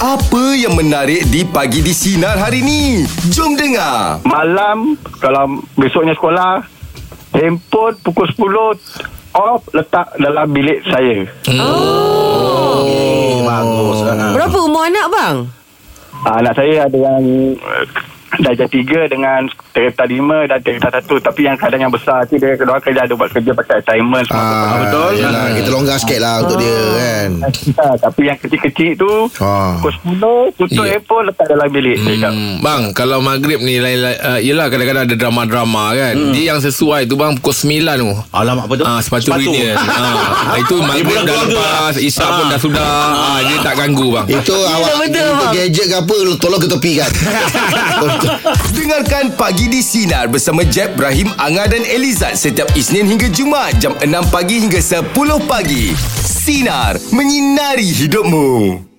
Apa yang menarik di pagi di sinar hari ni? Jom dengar. Malam Kalau besoknya sekolah Handphone pukul 10 Off Letak dalam bilik saya Eh, bagus. Ah. Berapa umur anak bang? Ah, Anak saya ada yang eh, Darjah tiga dengan Terita lima dan Terita satu Tapi yang kadang yang besar tu Dia kedua kerja ada buat kerja Pakai assignment Ah, semua betul. Yalah, kita longgar Ah. sikit lah untuk dia kan. Ah, Tapi yang kecil-kecil tu Ah. Pukul 10 Tutup Ya. handphone Letak dalam bilik Cakap. Hmm, bang, kalau maghrib ni lain lain uh, yelah kadang-kadang ada drama-drama kan. Hmm. Dia yang sesuai tu bang pukul 9 tu. Alamak apa tu? Ah sepatu, sepatu. union. ah itu maghrib bulan dah keluarga. lepas, isyak pun dah sudah. Ah dia tak ganggu bang. Itu awak betul, untuk bang. gadget ke kan? apa tolong ketepikan. Dengarkan Pagi di Sinar bersama Jeb, Ibrahim, Anga dan Elizad setiap Isnin hingga Jumaat jam 6 pagi hingga 10 pagi. Sinar, menyinari hidupmu.